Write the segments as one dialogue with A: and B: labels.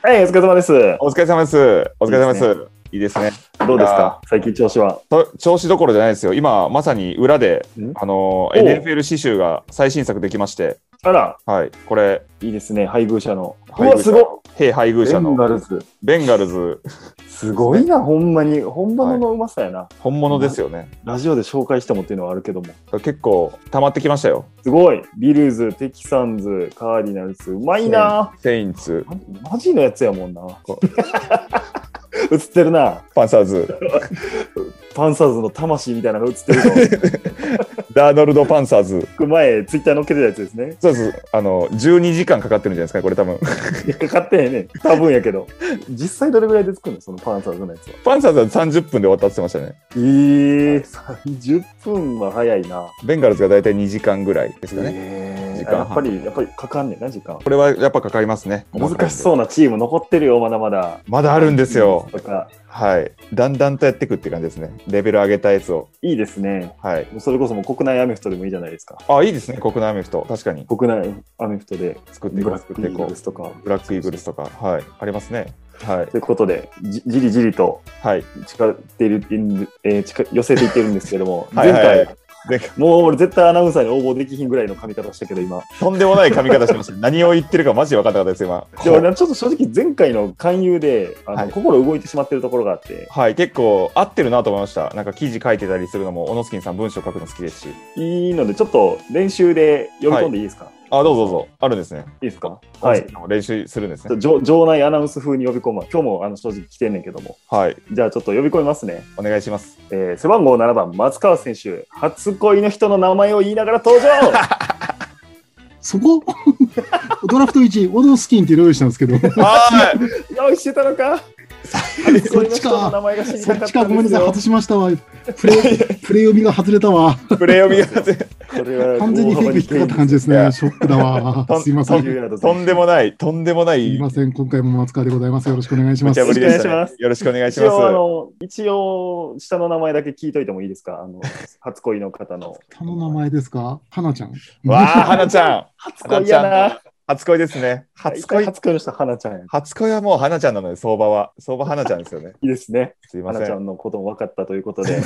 A: はい、お疲れ様です。
B: お疲れ様です。お疲れ様です。
A: いい
B: いいですね。
A: どうですか最近調子は。
B: と調子どころじゃないですよ。今、まさに裏で
A: ん、
B: あの、
A: おう
B: NFL 刺繍が最新作できまして、
A: あら、
B: はい、これ、
A: いいですね、配偶者の。う
B: 配
A: わ、
B: 偶
A: す
B: 者
A: ごっ。
B: ヘイ配偶
A: ベ
B: 者
A: ン
B: の
A: ガルズ。
B: ベンガルズ、
A: すごいな、ほんまに。本物のうまさやな。
B: 本物ですよね。
A: ラジオで紹介してもっていうのはあるけども。
B: 結構、溜まってきましたよ。
A: すごい。ビルズ、テキサンズ、カーディナルズ。うまいな。
B: セインツ、
A: マジのやつやもんな
B: こ。
A: 映ってるな。
B: パンサーズ、
A: パンサーズの魂みたいなのが映ってるの。
B: ダーノルド・パンサーズ。
A: 僕前、ツイッター載っけてたやつですね。
B: そうです。あの、12時間かかってるんじゃないですかね、これ多分。
A: いやかかってへんねん。多分やけど。 実際どれぐらいで作るのそのパンサーズのやつは。
B: パンサーズは30分で終わったって言ってましたね。
A: えー、30分は早いな。
B: ベンガルズが大体2時間ぐらいですかね。
A: えー
B: 時間
A: やっぱり、やっぱりかかんねんな、時間。
B: これはやっぱかかりますね。
A: 難し
B: う。
A: そうなチーム残ってるよ、まだまだ。
B: まだあるんですよ。
A: とか、
B: はい。だんだんとやっていくって感じですね。レベル上げたやつを。
A: いいですね。
B: はい。
A: もうそれこそもう国内アメフトでもいいじゃないですか。
B: あ、いいですね。国内アメフト。確かに。
A: 国内アメフトで、
B: 作ってい
A: ブ
B: こう。
A: ラッ
B: 作
A: ク
B: っ
A: イ
B: てい
A: ーグ
B: こ
A: ルスとか。
B: う。ブラックイーグルスとか。はい。ありますね。はい
A: と。いうことで、じじりじりと
B: はい。
A: 近っている、えー近寄せていってるんですけども、
B: はいはい
A: 前回、
B: 前回
A: もう俺絶対アナウンサーに応募できひんぐらいの髪型したけど、今。
B: とんでもない髪型してました。 何を言ってるかマジで分かんなかったです、今。
A: で俺ちょっと正直前回の勧誘であの、
B: はい
A: 心動いてしまってるところがあって
B: はい。結構合ってるなと思いました。なんか記事書いてたりするのも、オノスキンさん文章書くの好きですし。
A: いいのでちょっと練習で読み込んでいいですか、い、
B: あ、どうぞどうぞ。あるんですね。
A: いですかはいち。
B: 練習するんです
A: ょ
B: ね。
A: 場場内アナウンス風に呼び込む今日もあの正直来てんねんけども
B: はい。
A: じゃあちょっと呼び込みますね、
B: お願いします。
A: えー背番号7番松川選手初恋の人の名前を言いながら登場
C: そこ ドラフト1位、オドスキンって用意したんですけど、
B: はい。
A: 用意してたのか初恋の人の名前が知り
C: そ
A: た
C: っ
A: かっ
C: ちか、
A: た
C: ごめ
A: ん
C: ん
A: です
C: なさい、
A: よ
C: 外しましたわ。プ レプレイ読みが外れたわ。
B: プレイを見がて。
A: これは
C: 完全にフェイク引っかかった感じです
B: いや
C: ね。ショックだわ
B: とん。
C: すいませ
A: 大幅
C: ん。す
A: に減点
B: とんでもない、とんでもない
C: いません。今回も松川でございます。よろしくお願いしま
B: 無
C: す
B: 茶。ぶりでした、
A: お願い
B: ね
A: しま。
B: よろしくお願いし
A: 一
B: ます。
A: 応あの一応下の名前だけ聞いといてもいいですかあの初恋の方の
C: 他の名前ですか花ちゃん。
B: わあ、花ちゃん。
A: 初恋や
B: 花ち
A: な
B: 初恋ですね。初
A: 大体
B: 恋。
A: 初恋の人花ちゃんやい
B: 初恋はもう花ちゃんなので、相場は。相場花ちゃんですよね。
A: いですね
B: すいま
A: 花
B: せ
A: ちゃ
B: ん。
A: んのことも分かったということで や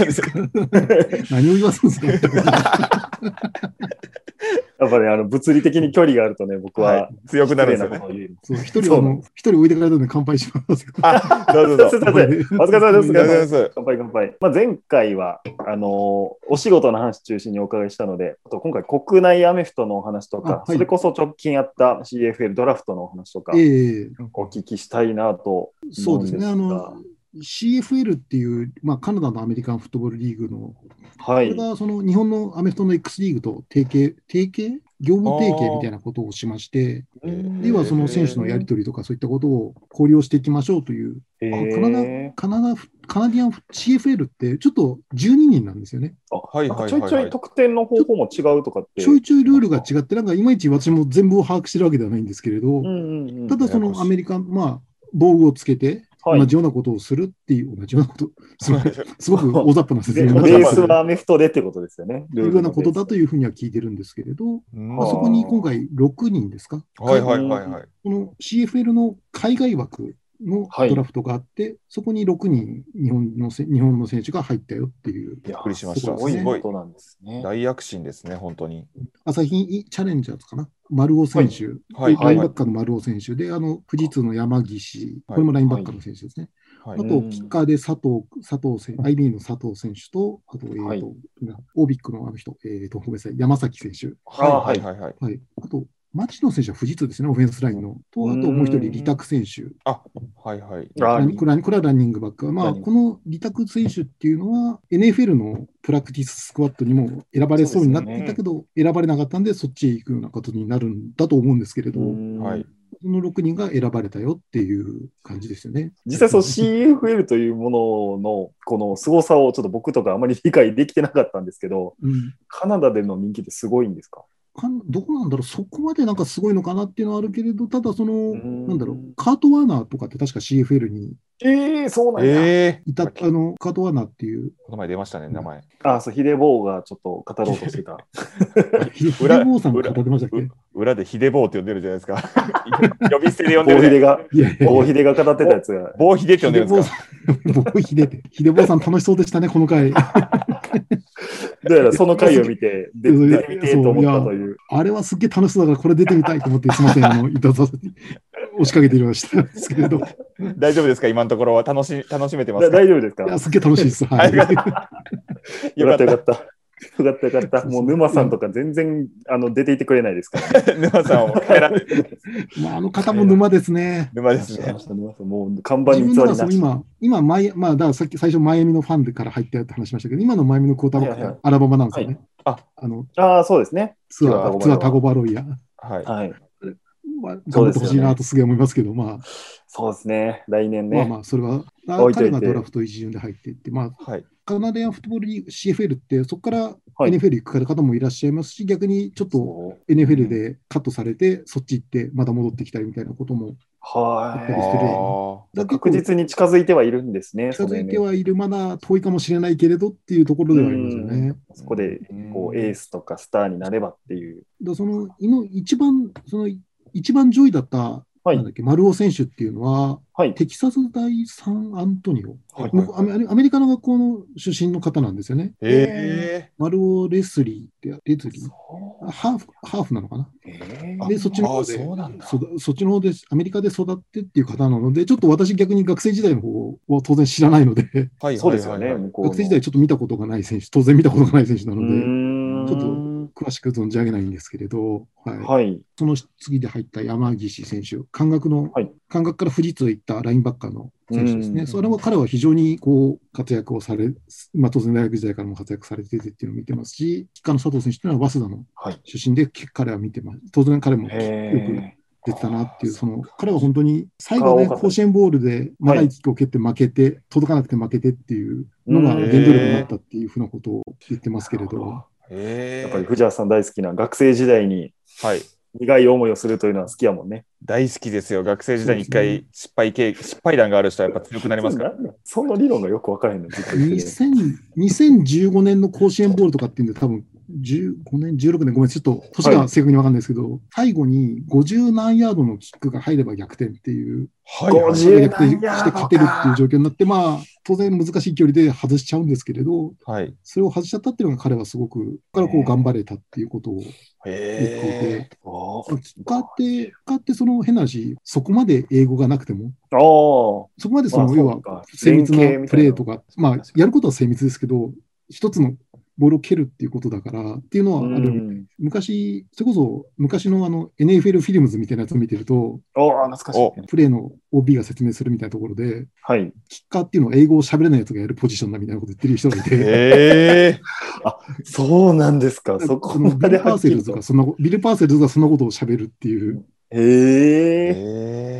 C: 何を言 わすんですか
A: っぱりあの物理的に距離があるとね僕
B: は、
A: はい
B: 強くなるん
A: 失
B: で
A: 礼
B: すよ
A: こと
B: ね。
A: を言う
C: そう一人
A: そう
C: あ
A: な
C: の
A: ん
C: 一人置いてかれたんで乾杯します。
B: あ、どうぞどう
A: すい
B: ぞ。
A: ませんお疲れ様です
B: ありがとうございます。
A: 乾杯乾杯、まあ、前回はあのーお仕事の話中心にお伺いしたのであと今回国内アメフトのお話とか、
C: あはい
A: それこそ直近やった CFL ドラフトのお話とか、
C: ええ
A: お聞きしたいなと
C: そ
A: 思
C: う
A: うん
C: で
A: ですすが
C: ね。あの CFL っていう、まあ、カナダのアメリカンフットボールリーグの
A: は
C: これ
A: い
C: がその日本のアメフトの X リーグと提携、提携業務提携みたいなことをしまして、
B: ー
C: ではその選手のやり取りとかそういったことを交流をしていきましょうという、
A: へー
C: カナダカナダフカナディアンフ CFL ってちょっと12人なんですよね。
A: あ
B: はいはいはいはい
A: ちょいちょい得点の方法も違うとかって。
C: ちょいちょいルールが違って、なんかいまいち私も全部を把握してるわけではないんですけれど
A: う、んうんうん
C: ただそ
B: ややこし
C: の
B: い
C: アメリカン、まあ、防具をつけて、
A: はい
C: 同じようなことをするっていう、同じようなこと、すごいす ごく大雑把な説
A: で
C: 明に
A: ベ
C: なっちゃいま
A: ー
C: す
A: ス
C: けど
A: はアメフトでってことですよね。
C: というようなことだと
A: いう。
C: いうふうには聞いてるんですけれど、
B: うん
C: まあ、そこに今回6人ですか、
B: はいはいはいはい。
C: この CFL の海外枠の
A: はい
C: ドラフトがあって、そこに6人日本のせ、日本の選手が入ったよっていう、
A: びっ
B: くりしました
A: すごいことなんですね。
B: 大躍進ですね、本当に。
C: 朝日チャレンジャーズかな、丸尾選手、
B: はい
C: ラ
B: はい
C: インバッカーの丸尾選手で、あの富士通の山岸、
B: はい
C: これもラインバッカーの選手ですね。
B: は
C: あ
B: い
C: と、キッカーで佐藤、佐藤選手、IB の佐藤選手と、あと、えっ、と、
A: はい
C: オービックのあの人、えっ、と、ごめんなさい、山崎選手。
B: はいはいはいはい。
C: はい。あと、町野選手は富士通ですね、オフェンスラインの。と、あともう一人、利拓選手。
B: あ、はいはい。
A: あ
C: ランこれはこれはランニングバック。ま
A: ラ
C: あ、
A: ンニング
C: この利拓選手っていうのは、NFL のプラクティススクワットにも選ばれそうになっていたけど、選ばれなかったんで、そっちへ行くようなことになるんだと思うんですけれど、
B: はい。
C: その6人が選ばれたよっていう感じですよね。
A: 実際、その CFL というもののこの凄さをちょっと僕とかあまり理解できてなかったんですけど、
C: うん
A: カナダでの人気ってすごいんですか
C: かんどこなんだろう、そこまでなんかすごいのかなっていうのはあるけれど、ただ、その、
A: ん
C: なんだろう、カート・ワーナーとかって確か CFL に
A: ええそうなんや。
B: ええ
C: いた、あの、カートワーナーっていう、
B: この前出ましたね、名前。
A: あ、そう、ヒデボーがちょっと語ろうとしてた。
C: ヒデ
B: 裏
C: ボーさんが語ってましたっけ
B: 裏でヒデボーって呼んでるじゃないですか。呼び捨てで呼んで
A: 大
B: る
A: ヒデ。
B: ね
A: が、
C: いやいや、
A: 大ヒデが語ってたやつが。
B: 棒ヒデって呼んでるんですか。
C: ヒデ ボーさん、もうヒデで、ヒデボーさん楽しそうでしたね、この回。
A: どうやらその回を見て、で
C: そう
A: 出てみてえと思ったという。
C: あれはすっげえ楽しそうだから、これ出てみたいと思って、す みません、あの、いたさせて、押しかけていましたんですけれど、い
B: 大丈夫ですか今のところは楽し楽しめてま
A: だ
B: すか
A: 大丈夫ですか
C: や、すっげえ楽しいです。はい。
A: よかった
B: よ
A: よかった。よかったよかった。もう沼さんとか全然あの出ていてくれないですから。
B: 沼さん を変えられる
C: まあ、あの方も沼ですね。
B: 沼ですね。
A: 沼さんもう看板
C: 自
A: に
C: 分
A: 偽
C: な
A: り
C: らそ
A: な
C: う
A: し。
C: 今、今マイ、まあ、だからさっき最初、マイアミのファンでから入ったって話しましたけど、今のマイアミのクォーターバッ
A: は
C: ク
A: いは
C: がアラバマなんですよね。
B: はいあ
C: あの
A: ああ、そうですね。
C: ツアー、
A: ツ
C: ツ
A: アー
C: アー
A: タ
C: タ
A: ゴ
C: ゴバロイヤ、ま
B: はい。
A: はい。
C: あ、頑張ってほしいなとすげえ思いますけど、まあ、
A: そうですね。来年ね。
C: まあまあ、それは、あ
A: 置いとい
C: 彼
A: て
C: がドラフト一巡で入っていって、まあ、
B: はい。
C: カナディアンフットボールリーグ CFL って、そこから
A: はい
C: NFL 行く方もいらっしゃいますし、逆にちょっと
A: そう
C: NFL でカットされて、そっち行って、また戻ってきたりみたいなことも、
B: あ
C: 失礼
A: は
B: ー
A: い。
C: だ
A: 確実に近づいてはいるんですね。
C: 近づいて
A: その NFL
C: はいる、まだ遠いかもしれないけれどっていうところではありますよ
A: うん
C: ね。
A: そこでこうエースとかスターになればっていう。
C: だそのいの一番、その一番上位だった、
A: はい
C: なんだっけ、丸尾選手っていうのは、
A: はい。
C: テキサス大サンアントニオ、
B: はいはい
C: 僕アメ、アメリカの学校の出身の方なんですよね。
B: え
C: 丸尾レスリーって、レスリー
A: そ
C: あハーフハーフなのかな
A: うえ
B: あ
A: ー
C: で、そっちの方
B: あ
C: で
B: そうなんだ
C: そだそっちの方で、アメリカで育ってっていう方なので、ちょっと私、逆に学生時代の方は当然知らないので、
B: ーはい。
A: そうですよね。
B: はいはいはい
A: 向こうの
C: 学生時代ちょっと見たことがない選手、当然見たことがない選手な
A: う
C: ので、
A: ーん
C: ちょ詳しく存じ上げないんですけれど、はい
A: はい。
C: その次で入った山岸選手、感覚の、
A: はい
C: 感覚から富士通行ったラインバッカーの選手です
A: う
C: ね。
A: ん
C: それは彼は非常にこう活躍をされ、まあ、当然大学時代からも活躍されててっていうのを見てますし、キッカーの佐藤選手というのは早稲田の
A: はい
C: 出身で、彼は見てます。当然彼もよく
A: へ
C: 出てたなっていう、その彼は本当に最後
A: 多
C: ね、
A: かった
C: 甲子園ボールで長いキックを蹴って負けて、届かなくて負けてっていうのが
A: うん
C: 原動力になったっていうふうなことを言ってますけれど、
B: え
A: え。や
B: ー
A: っぱり藤原さん大好きな学生時代に
B: はい。
A: 苦い思いをするというのは好きやもんね。
B: 大好きですよ。学生時代に一
C: そうで
B: 回失敗経失敗談がある人はやっぱ強くなりますから。
A: その理論がよく分からへんの、ずっと言ってる
C: 2000 2015年の甲子園ボールとかっていうんで、多分15年、16年、ごめん、ちょっと年が正確に分かんないですけど、最後に50何ヤードのキックが入れば逆転っていう、
B: はい
A: 50
C: 逆転し
A: 何
C: て
A: ヤードか
C: 勝てるっていう状況になって、まあ、当然難しい距離で外しちゃうんですけれど、
B: はい。
C: それを外しちゃったっていうのが彼はすごく、ここからこう頑張れたっていうことを言ってい
B: え
C: て、キッカーって、キッカーってその変な話、そこまで英語がなくても、
A: ああ。
C: そこまでそ
A: まあ
C: の、
A: そ
C: 要
A: う
C: は
A: か
C: 精密
A: 連携み
C: な
A: た
C: プ
A: いな
C: レーとか、まあ
A: 確か、に
C: やることは精密ですけど、一つのボールを蹴るっていうことだからっていうのはある、
A: うん
C: 昔、それこそ昔のあの NFL フィルムズみたいなやつを見てると、
A: ああ、懐かしい。
B: お
C: プレーの OB が説明するみたいなところで、
A: はい。
C: キッカーっていうのは英語を喋れないやつがやるポジションだみたいなこと言ってる人がいて、
B: え
A: そうなんですか。そこ
C: の
A: ま
C: ビ
A: で
C: ル・パ
A: はっ
C: ー
A: き
C: セル
A: り
C: ズ
A: と
C: が。そんなことビル・パーセルズがそんなことを喋るっていう、
A: へえ。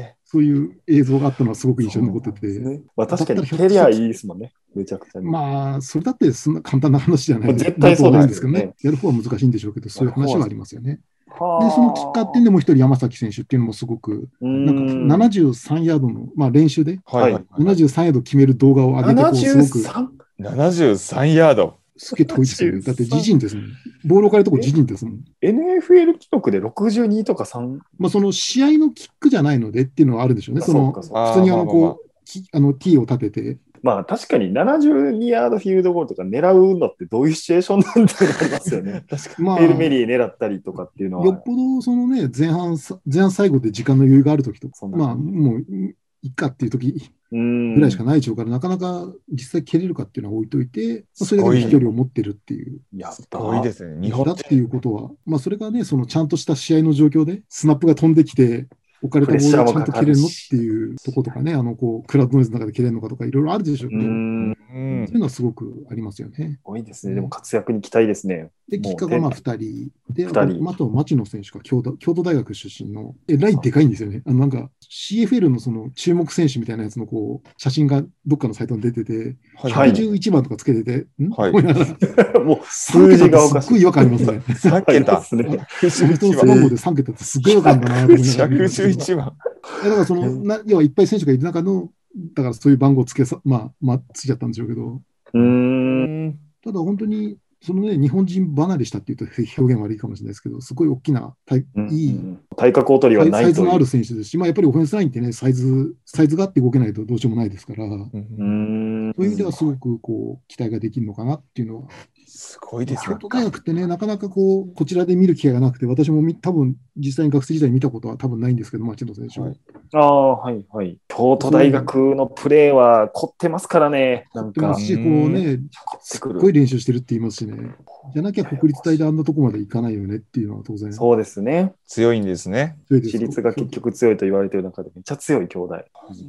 B: え
C: そういう映像があったのはすごく印象に残ってて。
A: ねまあ、確かに、蹴りゃいいですもんね。めちゃくちゃに。
C: まあ、それだってそんな簡単な話じゃない
A: 絶対そう
C: だと思
A: ですよね
C: けどね。やる方は難しいんでしょうけど、そういう話はありますよね。
A: はあ
C: で、そのきっかけっていうのも一人山崎選手っていうのもすごく、
A: うん
C: なんか73ヤードの、まあ練習で、
B: ー。はい。
C: 73ヤード決める動画を上げてこう、すごく、
A: 73?
B: 73ヤード。
C: すげえ遠いですよね。
A: 73
C: だって自陣ですもん。ボールを変えるとこ自陣ですもん。
A: NFL 記録で62とか3。
C: まあ、その試合のキックじゃないのでっていうのはあるでしょうね。そ
A: あう
C: の
A: か、そうか
B: あー
C: 普通にあの、
B: まあまあまあ
C: こう、きあの、T を立てて、
A: まあ確かに72ヤードフィールドゴールとか狙うのってどういうシチュエーションなんだろうありますよね。
C: まあ、
A: ヘールメ
C: よ
A: リー狙ったりとかっていうのは。
C: っぽどそのね、前半さ、前半最後で時間の余裕があるときとか、
A: そんな
C: まあ、もう、いいっかっていうとき
A: ぐ
C: ぐらいしかないでしょうから、なかなか実際蹴れるかっていうのは置いといて、まあそれだけの飛距離を持ってるっていう。
A: やっ
B: す
A: た
B: ごいですね。日本
C: だっていうことは、まあ、それがね、そのちゃんとした試合の状況で、スナップが飛んできて、置かれたボールをちゃんと蹴れるのっていうとことかね、あのこうクラウドノイズの中で蹴れるのかとか、いろいろあるでしょうけ
A: う
C: ど、
A: ん、す
B: う
C: そうい
B: ん
C: うのはすごくありますよね。
A: ごいですね。でも活躍に期待ですね。
C: で、
A: もう
C: 結果がまあ2人、で、あ
A: 二人
C: とあと町野選手が京都京都大学出身の、えらいでかいんですよね。あのなんか CFL のその注目選手みたいなやつのこう写真がどっかのサイトに出てて、
A: はい
C: 111番とかつけてて、ん
B: はい
C: こういうのが
A: もう数字がおかしい。
C: すっごい違和感ありますね。
B: 3桁。
A: そうですね
C: その人の背番号で3桁ってすっごい良かったなと思いながら。
B: 111番。
C: いやだからその、な要はいっぱい選手がいる中の、だからそういう番号つけさ、まあ、まあ、ついちゃったんでしょうけど、
A: う。
B: うんん。
C: ただ本当に、そのね、日本人離れしたっていうと表現悪いかもしれないですけど、すごい大きなタイ、いい
A: 体格劣り
C: サ
A: は
C: イ
A: な
C: サ
A: いと
C: イズ
A: いう。
C: のある選手ですし、まあ、やっぱりオフェンスラインってね、サイズ、サイズがあって動けないとどうしようもないですから、そう
A: うんん。
C: ういう意味ではすごくこう期待ができるのかなっていうのは、
B: すごいです
C: 京
B: ね。
C: 都大学ってね、なかなかこうこちらで見る機会がなくて、私もみ多分実際に学生時代見たことは多分ないんですけど、町野選手は
B: はい
A: ああ、はいはい。京都大学のプレーは凝ってますからね。なん
C: でも
A: か、
C: し、こう
A: 凝
C: ね、
A: って
C: すっ
A: く
C: ごい
A: る。
C: 練習してるって言いますしね、じゃなきゃ国立大であんなとこまで行かないよねっていうのは当然、
A: そうですね。
B: 強いんですね。
C: 強いです
A: 私立が結局強いと言われてる中で、めっちゃ強い兄弟。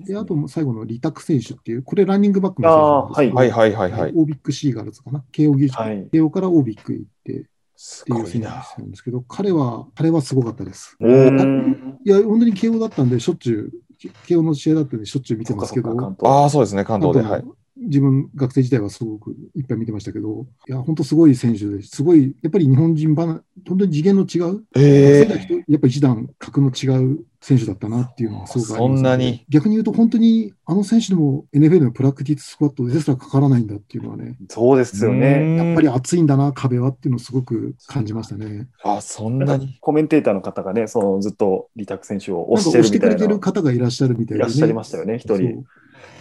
C: で、あともう最後のリタク選手っていう、これランニングバックの
A: あ
C: 選手
A: ー
B: はい
C: なんです
B: はいはい
C: けど
B: はい。
C: オービックシーガールズかな、慶応義塾、
A: はい。
C: 慶応からオービックへ行って、
B: す
C: ってい
B: ご
C: う
B: い
C: 選手
B: な。
C: なんですけど、彼は、彼はすごかったです。
A: うーん。
C: いや、本当に慶応だったんで、しょっちゅう、け慶応の試合だったんで、しょっちゅう見
A: そ
C: て
A: っ
C: ま
A: か
C: す
A: そ
C: け
A: っか、、
C: ど
A: 関東。
B: ああ、そうですね、関東で。はい。
C: 自分、学生時代はすごくいっぱい見てましたけど、いや、本当すごい選手です、すごい、やっぱり日本人ばな、本当に次元の違う、
B: え
C: 学生時代
B: え。
C: とやっぱり一段格の違う選手だったなっていうのはすごくありますね
B: そんなに
C: 逆に言うと、本当にあの選手でも NFL のプラクティススクワットですらかからないんだっていうのはね、
A: そうですよね。
B: うん
C: やっぱり熱いんだな、壁はっていうのをすごく感じましたね。
B: あ、そん
A: な
B: なん
A: か
B: に。
A: コメンテーターの方がね、そのずっと李卓選手を
C: な
A: 推し
C: んか
A: て
C: 押
A: る
C: して
A: み
C: く
A: た
C: れ
A: い
C: て
A: な、
C: る方がいらっしゃるみた
A: い
C: いで、
A: らっ
C: ね。
A: しゃいましたよね、一人
C: そう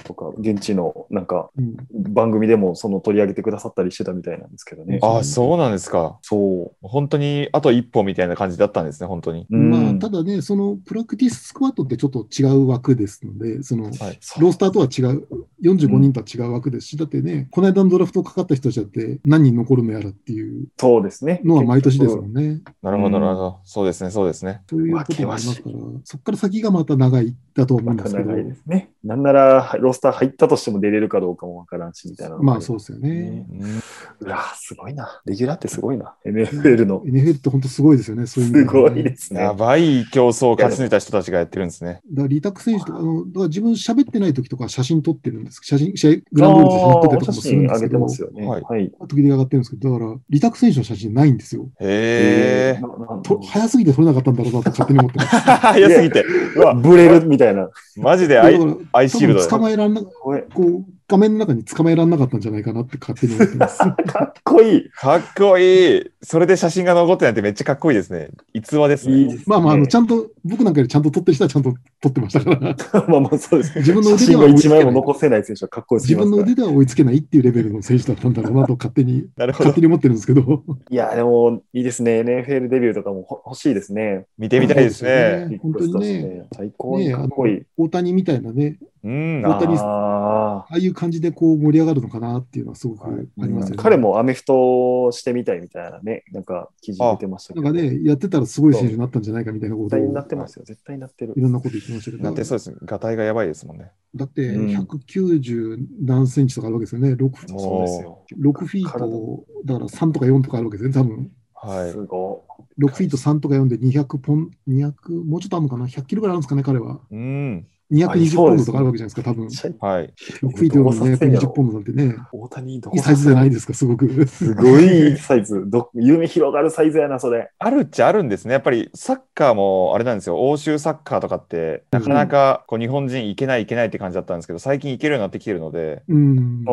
A: とか、現地のなんか
C: うん
A: 番組でもその取り上げてくださったりしてたみたいなんですけどね。
B: あ、そうなんですか。
A: そ
B: 本当にあと一歩みたいな感じだったんですね、本当に。
A: う。うん
C: まあ、ただね、そのプラクティススクワットってちょっと違う枠ですので、その
B: はい。
C: ロースターとは違う、45人とは違う枠ですし、だってね、この間のドラフトかかった人たちだって何人残るのやらっていう
A: そうですね。
C: のは毎年ですも
A: 結
C: んね。
B: なるほど、なるほど。そうですね、そうですね。
C: そういうこともありますから、そこから先がまた長いだと思
A: 局
C: うん
A: ま
C: で
A: た
C: すけど、
A: 長いですね。なんなら、ロスター入ったとしても出れるかどうかもわからんし、みたいな。
C: まあそうですよね
A: ね。
B: うん
A: うわぁすごいな。レギュラーってすごいな。NFL の。
C: NFL って本当すごいですよね、そういう意味
A: す
C: では
A: ご
C: ね
A: いですね
B: や。ばい競争を勝ち抜いた人たちがやってるんですね。
C: だからリタク選手とか、あのだから自分喋ってない時とか写真撮ってるんです。写真、試合、グラウンドで写真撮ってたりとかもするん
A: あーお写真上
C: です
A: げ
C: けど
A: て、ますよね。
B: はい
A: はい。
C: 時々上がってるんですけど、だから、リタク選手の写真ないんですよ。
B: へえ。
A: ななん
C: と早すぎて撮れなかったんだろうなと勝手に思ってます。
B: 早すぎて。
A: うわブレるみたいな。
B: マジで
C: だか
B: ア
C: ら
B: イアイ
C: 多
B: シール
C: 分
B: ドだ
C: 捕
B: よ。
C: まえらんな、こ
A: これ
C: う、画面の中に捕まえらんなかったんじゃないかなって勝手に思ってます。
A: かっこいい。
B: かっこいい。それで写真が残ってないってめっちゃかっこいいですね。逸話です
A: いい
B: ね。
A: ですね
C: まあまあ、あの、ちゃんと、僕なんかよりちゃんと撮ってる人はちゃんと撮ってましたから、
A: まあまあそうです。
C: 自分の
A: 写
C: 腕で
A: 真
C: は
A: が
C: 追い
A: 1
C: つけな
A: 枚
C: い
A: も残せない選手はかっこいいです
C: 自分の腕では追いつけないっていうレベルの選手だったんだろうなと勝手に、
B: なるほ
C: 勝
B: ど
C: 手。に思ってるんですけど。
A: いや、でもいいですね。NFL デビューとかもほ欲しいですね。
B: 見てみたいですね。
C: 本当にね
A: リクエストして。最高にかっこいい。
C: 大谷みたいなね、
B: うん。
C: 本当に
A: あ
C: ああいう感じでこう盛り上がるのかなっていうのはすごくあり
A: ー
C: ますよね。
A: 彼もアメフトをしてみたいみたいなね、なんか記事出てましたけ
C: なん
A: ど。
C: かね、やってたらすごい選手になったんじゃないかみたいなこ
A: 絶
C: とを
A: 対に
C: い
A: なってますよ。絶対になってる。
C: ろんなこと言ってましたけど、
B: だってそうです。ガタイがやばいですもんね。
C: だって
A: うん
C: 190何センチとかあるわけですよね、6,
B: も
A: そうですよ。
C: 6フィー
A: 体
C: ト、だから3とか4とかあるわけですね、多分
B: はい
A: す。ご
C: 6フィート3とか4で200ポン、200、もうちょっとあるのかな、100キロぐらいあるんですかね、彼は。
B: うん。
C: 220ポンドとかあるわけじゃないですか、多分
A: い。めっちゃ
B: はい。
C: 6フィート4で220ポンドなんてね、
A: 大谷ど
C: い
A: こ
C: いサイズじゃないいですか、すごく。
A: すごいいいサイズ。ど夢広がるサイズやな、それ。
B: あるっちゃあるんですね。やっぱりサッカーもあれなんですよ。欧州サッカーとかって、なかなかこう日本人行けない行けないって感じだったんですけど、最近行けるようになってきてるので、
C: うん
A: ああ、。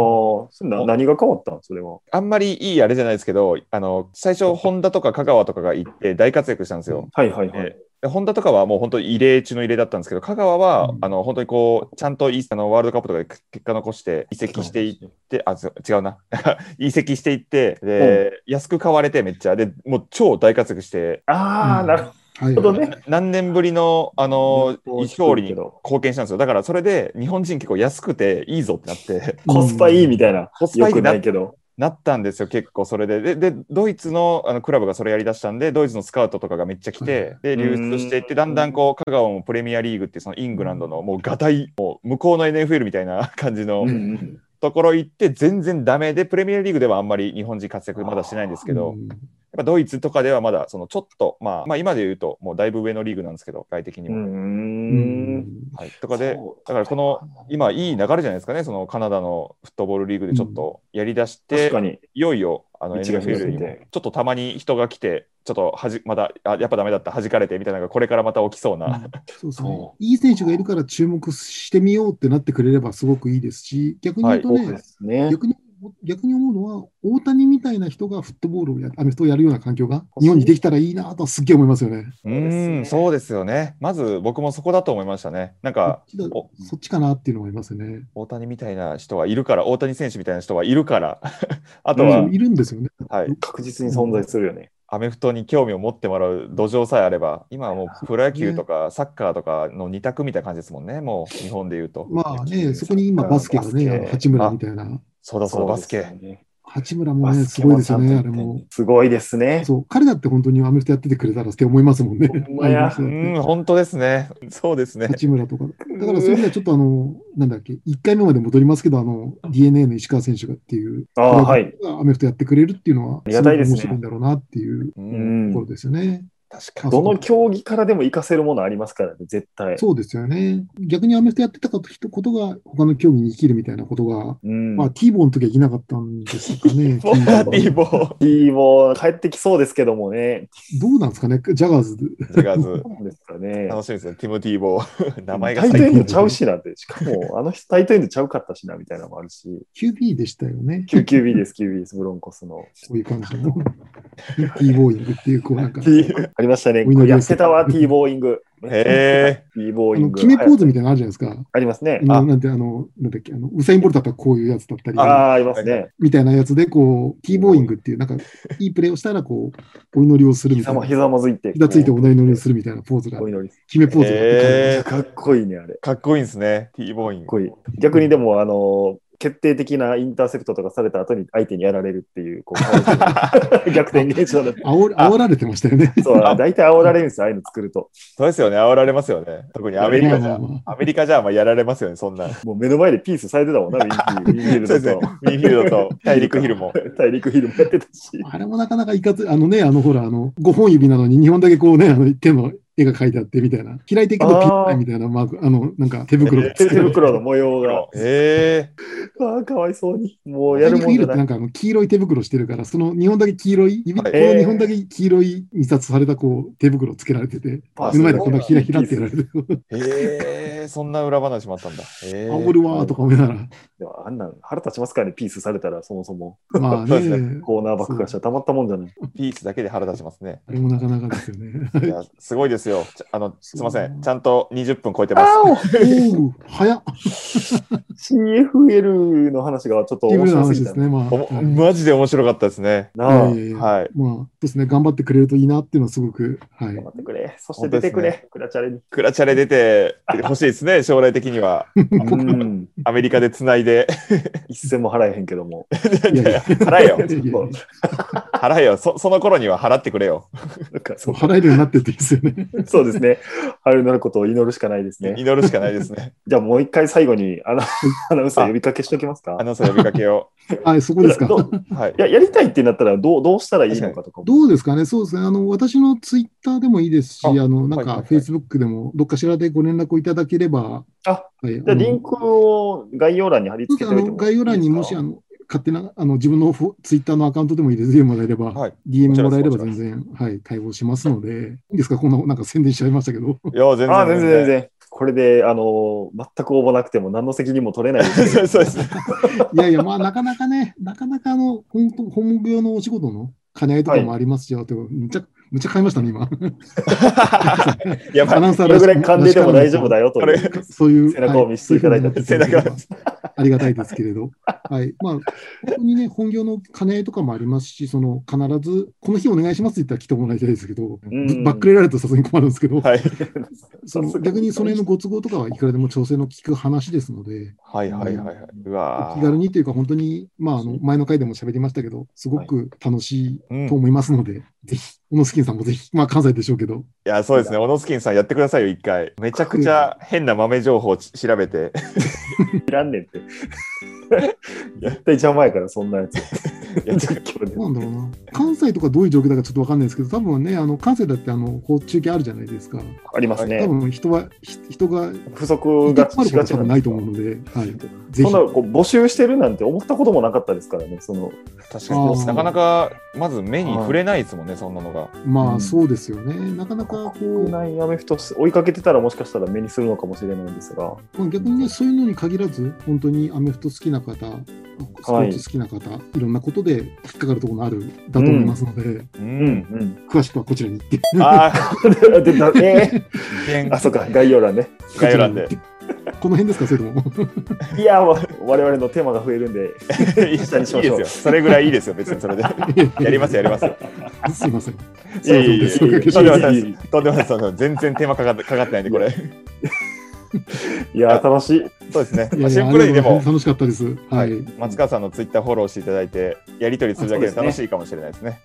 A: それな何が変わったんそれは。
B: あんまりいいあれじゃないですけど、あの、最初、ホンダとか香川とかが行って大活躍したんですよ。
A: はいはいはい
B: え。でホンダとかはもう本当に異例中の異例だったんですけど、香川は、
C: うん
B: あの本当にこう、ちゃんといあのワールドカップとかで結果残して、移籍していって、あ、そう違うな、 移籍していって、で、安く買われてめっちゃ、で、もう超大活躍して、
A: ああ、なる
C: はい
A: ほどね。
B: 何年ぶりの、あの、勝利に
A: コ
B: 貢献したんですよ。だからそれで、日本人結構安くていいぞってな って、
A: スパいいみたいな。
B: コスパ
A: よ
B: いい
A: く
B: な
A: ないけど。
B: なったんですよ、結構それで。で、でドイツのあのクラブがそれやりだしたんで、ドイツのスカウトとかがめっちゃ来て、で、流出していっ
A: うー
B: て、
A: ん
B: だんだんこう、香川もプレミアリーグっていう、そのイングランドのもうガタイ、もう向こうの NFL みたいな感じの
A: うん
C: ん
A: うん
B: ところ行って、全然ダメで、プレミアリーグではあんまり日本人活躍まだしてないんですけど、
C: う
B: やっ
C: ん
B: ぱドイツとかではまだ、そのちょっと、まあ、まあ今で言うと、もうだいぶ上のリーグなんですけど、外的に
A: う
B: も。
A: ん。
B: はい、とかで、
A: そう
B: だからこの、今いい流れじゃないですかね、そのカナダのフットボールリーグでちょっとやりだして、
A: 確かに。
B: いよいよあの
A: 道が見え
B: NFL
A: て
B: よ
A: て
B: りもちょっとたまに人が来て、ちょっとはじまだあやっぱダメだった、弾かれてみたいなのがこれからまた起きそうな、
C: そうですね
A: そ。
C: いい選手がいるから注目してみようってなってくれればすごくいいですし、逆に言うと
A: そう
C: ね、
A: ですね。
C: 逆に逆に思うのは、大谷みたいな人がフットボールをやアメフトをやるような環境が日本にできたらいいなとはすっげえ思いますよね。
B: う
A: ですね
B: ーん、そうですよね。まず僕もそこだと思いましたね。なん
C: そっ
B: か、
C: ちだ
B: お
C: そっちかなっていうのはありますよね。
B: 大谷みたいな人はいるから、大谷選手みたいな人はいるから、 あと
A: うん
B: は、
C: いるんですよね。
B: はい、
A: 確実に存在するよね。
B: アメフトに興味を持ってもらう土壌さえあれば、今はもうプロ野球とかサッカーとかの二択みたいな感じですもんね、もう日本で言うと。
C: まあね、そこに今バスケがね、あの八村みたいな。
B: そうだそうだ、バスケ。
A: ケ。
C: 八村も
A: バ
C: ね、
A: ス
C: す
A: ケ
C: ごい
A: も
C: で
A: ち
C: す
A: ゃ
C: よ
A: んと
C: ね、
A: や
C: あ
A: って
C: れ
A: んね
C: も。
A: すごいですね。
C: そう、彼だって本当にアメフトやっててくれたらって思いますもんね。
A: ほんまや
B: う
C: あの人だって
B: ん、本当ですね。そうですね。
C: 八村とか。だからそういう意味ではちょっとあの、なんだっけ、1回目まで戻りますけど、あの、DNA の石川選手がっていう、
A: ああ、はい。
C: アメフトやってくれるっていうのは、
A: りがたいですね
C: ごく面白いんだろうなっていう
B: う、
A: うん
C: と
A: ん
C: ころ。ですよね。
B: 確か
C: あ
A: どの競技からでも活かせるものありますからね、絶対。
C: そうですよね。逆にアメフトやってたことが、他の競技に生きるみたいなことが、
A: うん。
C: まあ、T ボーの時はできなかったんですか ね。
B: に。ボー
C: T
B: ティー
C: ボ
B: ボー、
A: いいもう帰ってきそうですけどもね。
C: ーどうなんですかね、ジャガーズで。
B: ジェガーズ。
A: そうですかね。
B: 楽しみですね、ティモティーボー。名前が
A: タイ
B: 最
A: ト
B: 高
A: エンドちゃうしなって、しかも、あの人タイトエンドちゃうかったしな、みたいなのもあるし、
C: QB でしたよね。
A: QQB です、QB です、ブロンコスの。
C: こういう感じの。T ボーイングっていう、こうなんか、
A: ありましたね、これやってたわ、T ボーイング。
B: へえ。
A: T ボ
C: あ
A: ーイン
C: の
A: グ。
C: 決めポーズみたいなのあるじゃないですか。
A: ありますね。
C: 今
B: あ
C: なんてあの、なんだっけ、あの、ウサイン・ボルトだったらこういうやつだったり、
A: ああー、ありますね。
C: みたいなやつで、こう、T ボーイングっていう、なんか、いいプレーをしたら、こう、お祈りをするみた
A: 膝
C: い
A: も
C: な。
A: 膝もついて。
C: 膝ついて
A: こ
C: お祈りをするみたいなポーズが
A: う、お祈り。
C: 決めポーズがあって
B: へえ
A: かっこいいね、あれ。かっ
B: かっこいいんですね、ティーボーイン。
A: こいい。逆にでも、あの、決定的なインターセプトとかされた後に相手にやられるっていう、こ う、逆転現象だった。
C: 煽煽られてましたよね。
A: そう、大体煽られるんですよ、ああいうの作ると。
B: そうですよね、煽られますよね。特にアメリ
C: ま
B: カ
C: あ
B: じ
C: ま
B: ゃ
C: あ、ま
B: アメリカじゃまあやられますよね、そんな。
A: もう目の前でピースされてたもんな、ウィンフィールウィンフィール
B: そう
A: ド
B: ですね
A: と。。
B: ミンフィールドと大陸ヒルも。。
A: 大陸ヒルもやってたし。
C: ああれもなかなかいかつ、あのね、あの、ほら、あの、5本指なのに2本だけこうね、あの、手の絵が描いてあってみたいな、嫌い的のピッタリみたいなマーク、あの、なんか手袋が
A: 手
C: つ
A: 手
C: けてある。
A: 袋の模様が。
B: ええ
A: ああ、かわいそうに。もうや
C: や
A: る
C: る
A: も
C: も
A: ん
C: ん
A: じゃ
C: っ
A: な。
C: てないんかあの黄色い手袋してるから、その2本だけ黄色い、指こ
B: はい
C: の2本だけ黄色い印刷されたこう手袋つけられてて、
A: あ
C: 目の前でこんなひらひらってやられて、
B: ええそんな裏話もあったんだ。ええ
C: 煽るわーとか思いなが
A: でもあんなん腹立ちますからね、ピースされたらそもそも
C: ら、まあ
B: そうです
C: ね、
A: コーナーバックがしたらたまったもんじゃない。
B: ピースだけで腹立ちますね。
C: あれもなかなかですよ ね。
B: いや、すごいですよ。ちゃあの、すみません。ちゃんと20分超えてま
A: お
C: おう早っ
A: !CFL の話がちょっと
C: っていう
A: 面
C: ような
A: 白すぎ
C: 話で
A: た
C: すね、まあ。
B: す。おマジで面白かったですね。
A: なあ。
C: いやいやいや
B: はい。
C: まあ、そうですね、頑張ってくれるといいなっていうのはすごく、はい。
A: 頑張ってくれ。そして出てくれ。クラチャレに。
B: クラチャレ出てほしいですね、将来的には。
A: うん。
B: アメリカでつないで。
A: 一銭も払えへんけども。
C: いやいや
B: 払えよ。
C: いやいや
A: そう
B: 払えよ。そその頃には払ってくれよ。
A: なんかそ
C: そう
A: う
C: 払えるようになってっていいですよね。
A: そうですね。春になることを祈るしかないですね。
B: 祈るしかないです ね。
A: じゃあもう一回最後にアナアナウンサー呼びかけしておきますか
B: アナウンサー呼びかけを。
C: はい、そこですか。
A: ど
C: ど
A: う
B: はい
A: い。ややりたいってなったらどうどうしたらいいのかとかも
C: うですかね、そうですね、あの、私のツイッターでもいいですし、
B: あ
C: あの、
B: は
C: なん
B: いはいは
C: か、
B: い
C: フェイスブックでも、どっかしらでご連絡をいただければ、
A: あ
C: はい、
A: じゃあ
C: あの
A: リンクを概要欄に貼り
C: そう
A: 付
C: で
A: け
C: す
A: ておいて
C: ねあの
A: も
C: 概要欄にもしあの勝手なあの自分のフォツイッターのアカウントでも入れてもらえれば、
B: はい。
C: DM
B: もちろ
C: も
B: ん
C: らえれば
B: もちろん
C: 全然、はい、対応しますので、いいですか、こんななんか宣伝しちゃいましたけど、
B: いや、全然。
A: あ全然全然。これで、あの、全く応募なくても何の責任も取れない です
B: そう そうですね。
C: いやいや、まあ、なかなかね、なかなかあの、本当、本業のお仕事の兼ね合いとかもありますよ、と、むちゃ、むちゃ買いましたね、今。
A: そ
B: やばい。
C: アナウンサー
A: れ
C: らし
A: ぐらい噛んでても大丈夫だよという。
B: こ
C: そういう。
A: 背中を見せていただいた
C: はそううふうになっていただければ
A: 背
C: ありがたいですけれど。はい。まあ、本当にね、本業の兼ね合いとかもありますし、その、必ず、この日お願いしますって言ったら来てもらいたいですけど、
A: ん
C: ぶバックレられるとさすがに困るんですけど、
B: はい。
C: そ
A: さ
C: の
A: すがに
C: 逆にその辺のご都合とかはいくらでも調整の効く話ですので、
B: はいはいはいはい。うわ
C: お
B: ー
C: 気軽にというか、本当に、まあ、あの、前の回でも喋りましたけど、すごく楽し
B: うん
C: いと思いますので、ぜひ、小野スキンさんもぜひ、まあ、関西でしょうけど、
B: いや、そうですね。オノスキンさんやってくださいよ、一回。めちゃくちゃ変な豆情報をち調べて。
A: いらんねんって。絶対邪魔やから、そんなやつ。
B: いやちょっと
A: 実況で
C: どうなんだろうな。関西とかどういう状況だかちょっとわかんないですけど、多分ね、あの関西だってあのこう中継あるじゃないですか。
A: あります
C: 多
A: ね。
C: 分人は、ひ人が
A: 不足
C: 引っ
A: が
C: 張
A: し
C: ること
A: が
C: は
A: ち
C: 多分
A: ん
C: ない
A: です
C: と
A: か
C: 思うので、はい、ぜ
A: そ
C: ひ
A: んな。こう募集してるなんて思ったこともなかったですからね、その
B: 確かに
C: あー
B: なかなかまず目に触れないですもんね、そんなのが。
C: ま
A: う
C: あ
A: ん
C: そうですよね。なかなかこ
A: 国
C: う、
A: 内アメフト追いかけてたらもしかしたら目にするのかもしれないんですが、
C: まあ、逆にね、そういうのに限らず、本当にアメフト好きな方、スポーツ好きな方、い、ろんなことで引っかかるところがあるだと思いますので、
B: う。
A: うんん
C: 詳しくはこちらに行って、
B: うん、 あ
A: うん。で、だえ
B: ー、危険
A: ーあ、 そうか、概要欄ね。
C: こち
B: 概要
C: らに
B: 欄
C: 行
B: で
C: っ。て。この辺ですか、それとも。
A: いや、わ我々のテーマが増えるんで、
B: いいですよ。それぐらいいいですよ、別にそれ で。やります、やります。
C: すいません。
B: いやいやいや
C: そうそう
B: とんでもない
A: いやいやい
B: です。とんでもないですとんでもないです。全然手間かかってかかってないんで、これ。
A: いや、楽しい。
B: そうですね。
C: い
B: ま
C: や
B: あ
C: い
B: シ
C: や
B: ンプルにで
C: ありが
B: も、
C: とうございます楽しかったです。は。
B: はいい、松川さんのツイッターフォローしていただいて、やり取りするだけで楽しいかもしれないですね。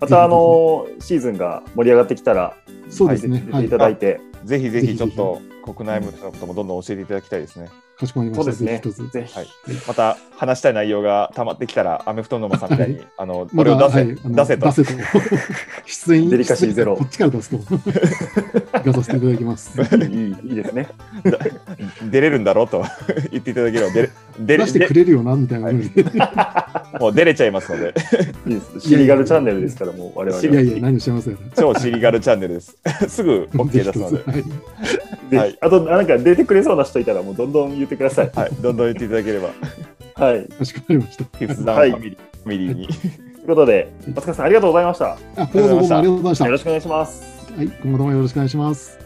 A: また、あの、シーズンが盛り上がってきたら、
C: そうですね。
A: 出
C: は
A: て
C: い
A: いた。だいて、
B: ぜひぜ
C: ぜ
B: ひ
C: ひ
B: ちょっと国内無のこともどんどん教えていただきたいですね。
C: かしこまりま
A: そ
C: し
A: う
C: た。
A: ですね
C: ぜひ一つ。。
A: ぜひ
B: はい。また話したい内容が溜まってきたら、アメフトのまさんみたいに、あの、これを出せ、
C: あの
B: 出せと
C: 出せと。出演
A: デリカシーゼロ
C: こっちから出すと。出させていただきます。
A: いいいいですね。
B: 出れるんだろうと 言っていただければ、出れ、出
C: 出
B: れ
C: してくれるよな、みたいな。
B: はい
C: い
B: もう出れちゃいますので、
A: いいです。シリガルチャンネルですから、もう我 々は。
C: やいや、何をしてますよ。
B: 超シリガルチャンネルです。すぐ OK
C: ぜひ
B: 出す
C: 一つ
B: ので。
C: はい
A: ぜひ
B: はい
A: あと、なんか出てくれそうな人いたら、もうどんどん言ってください。
B: はい、どんどん言っていただけ れば、
A: はい。
C: かしこまりました。
B: ヒフスダウンファミリー,、ファミリーに。
A: ということで、松川さん、ありがとうございました。よ
C: あ、どうもどうもありがとうございま
A: ろ
C: し
A: しくお願いします。
C: た。はい、今後ともよろしくお願いします。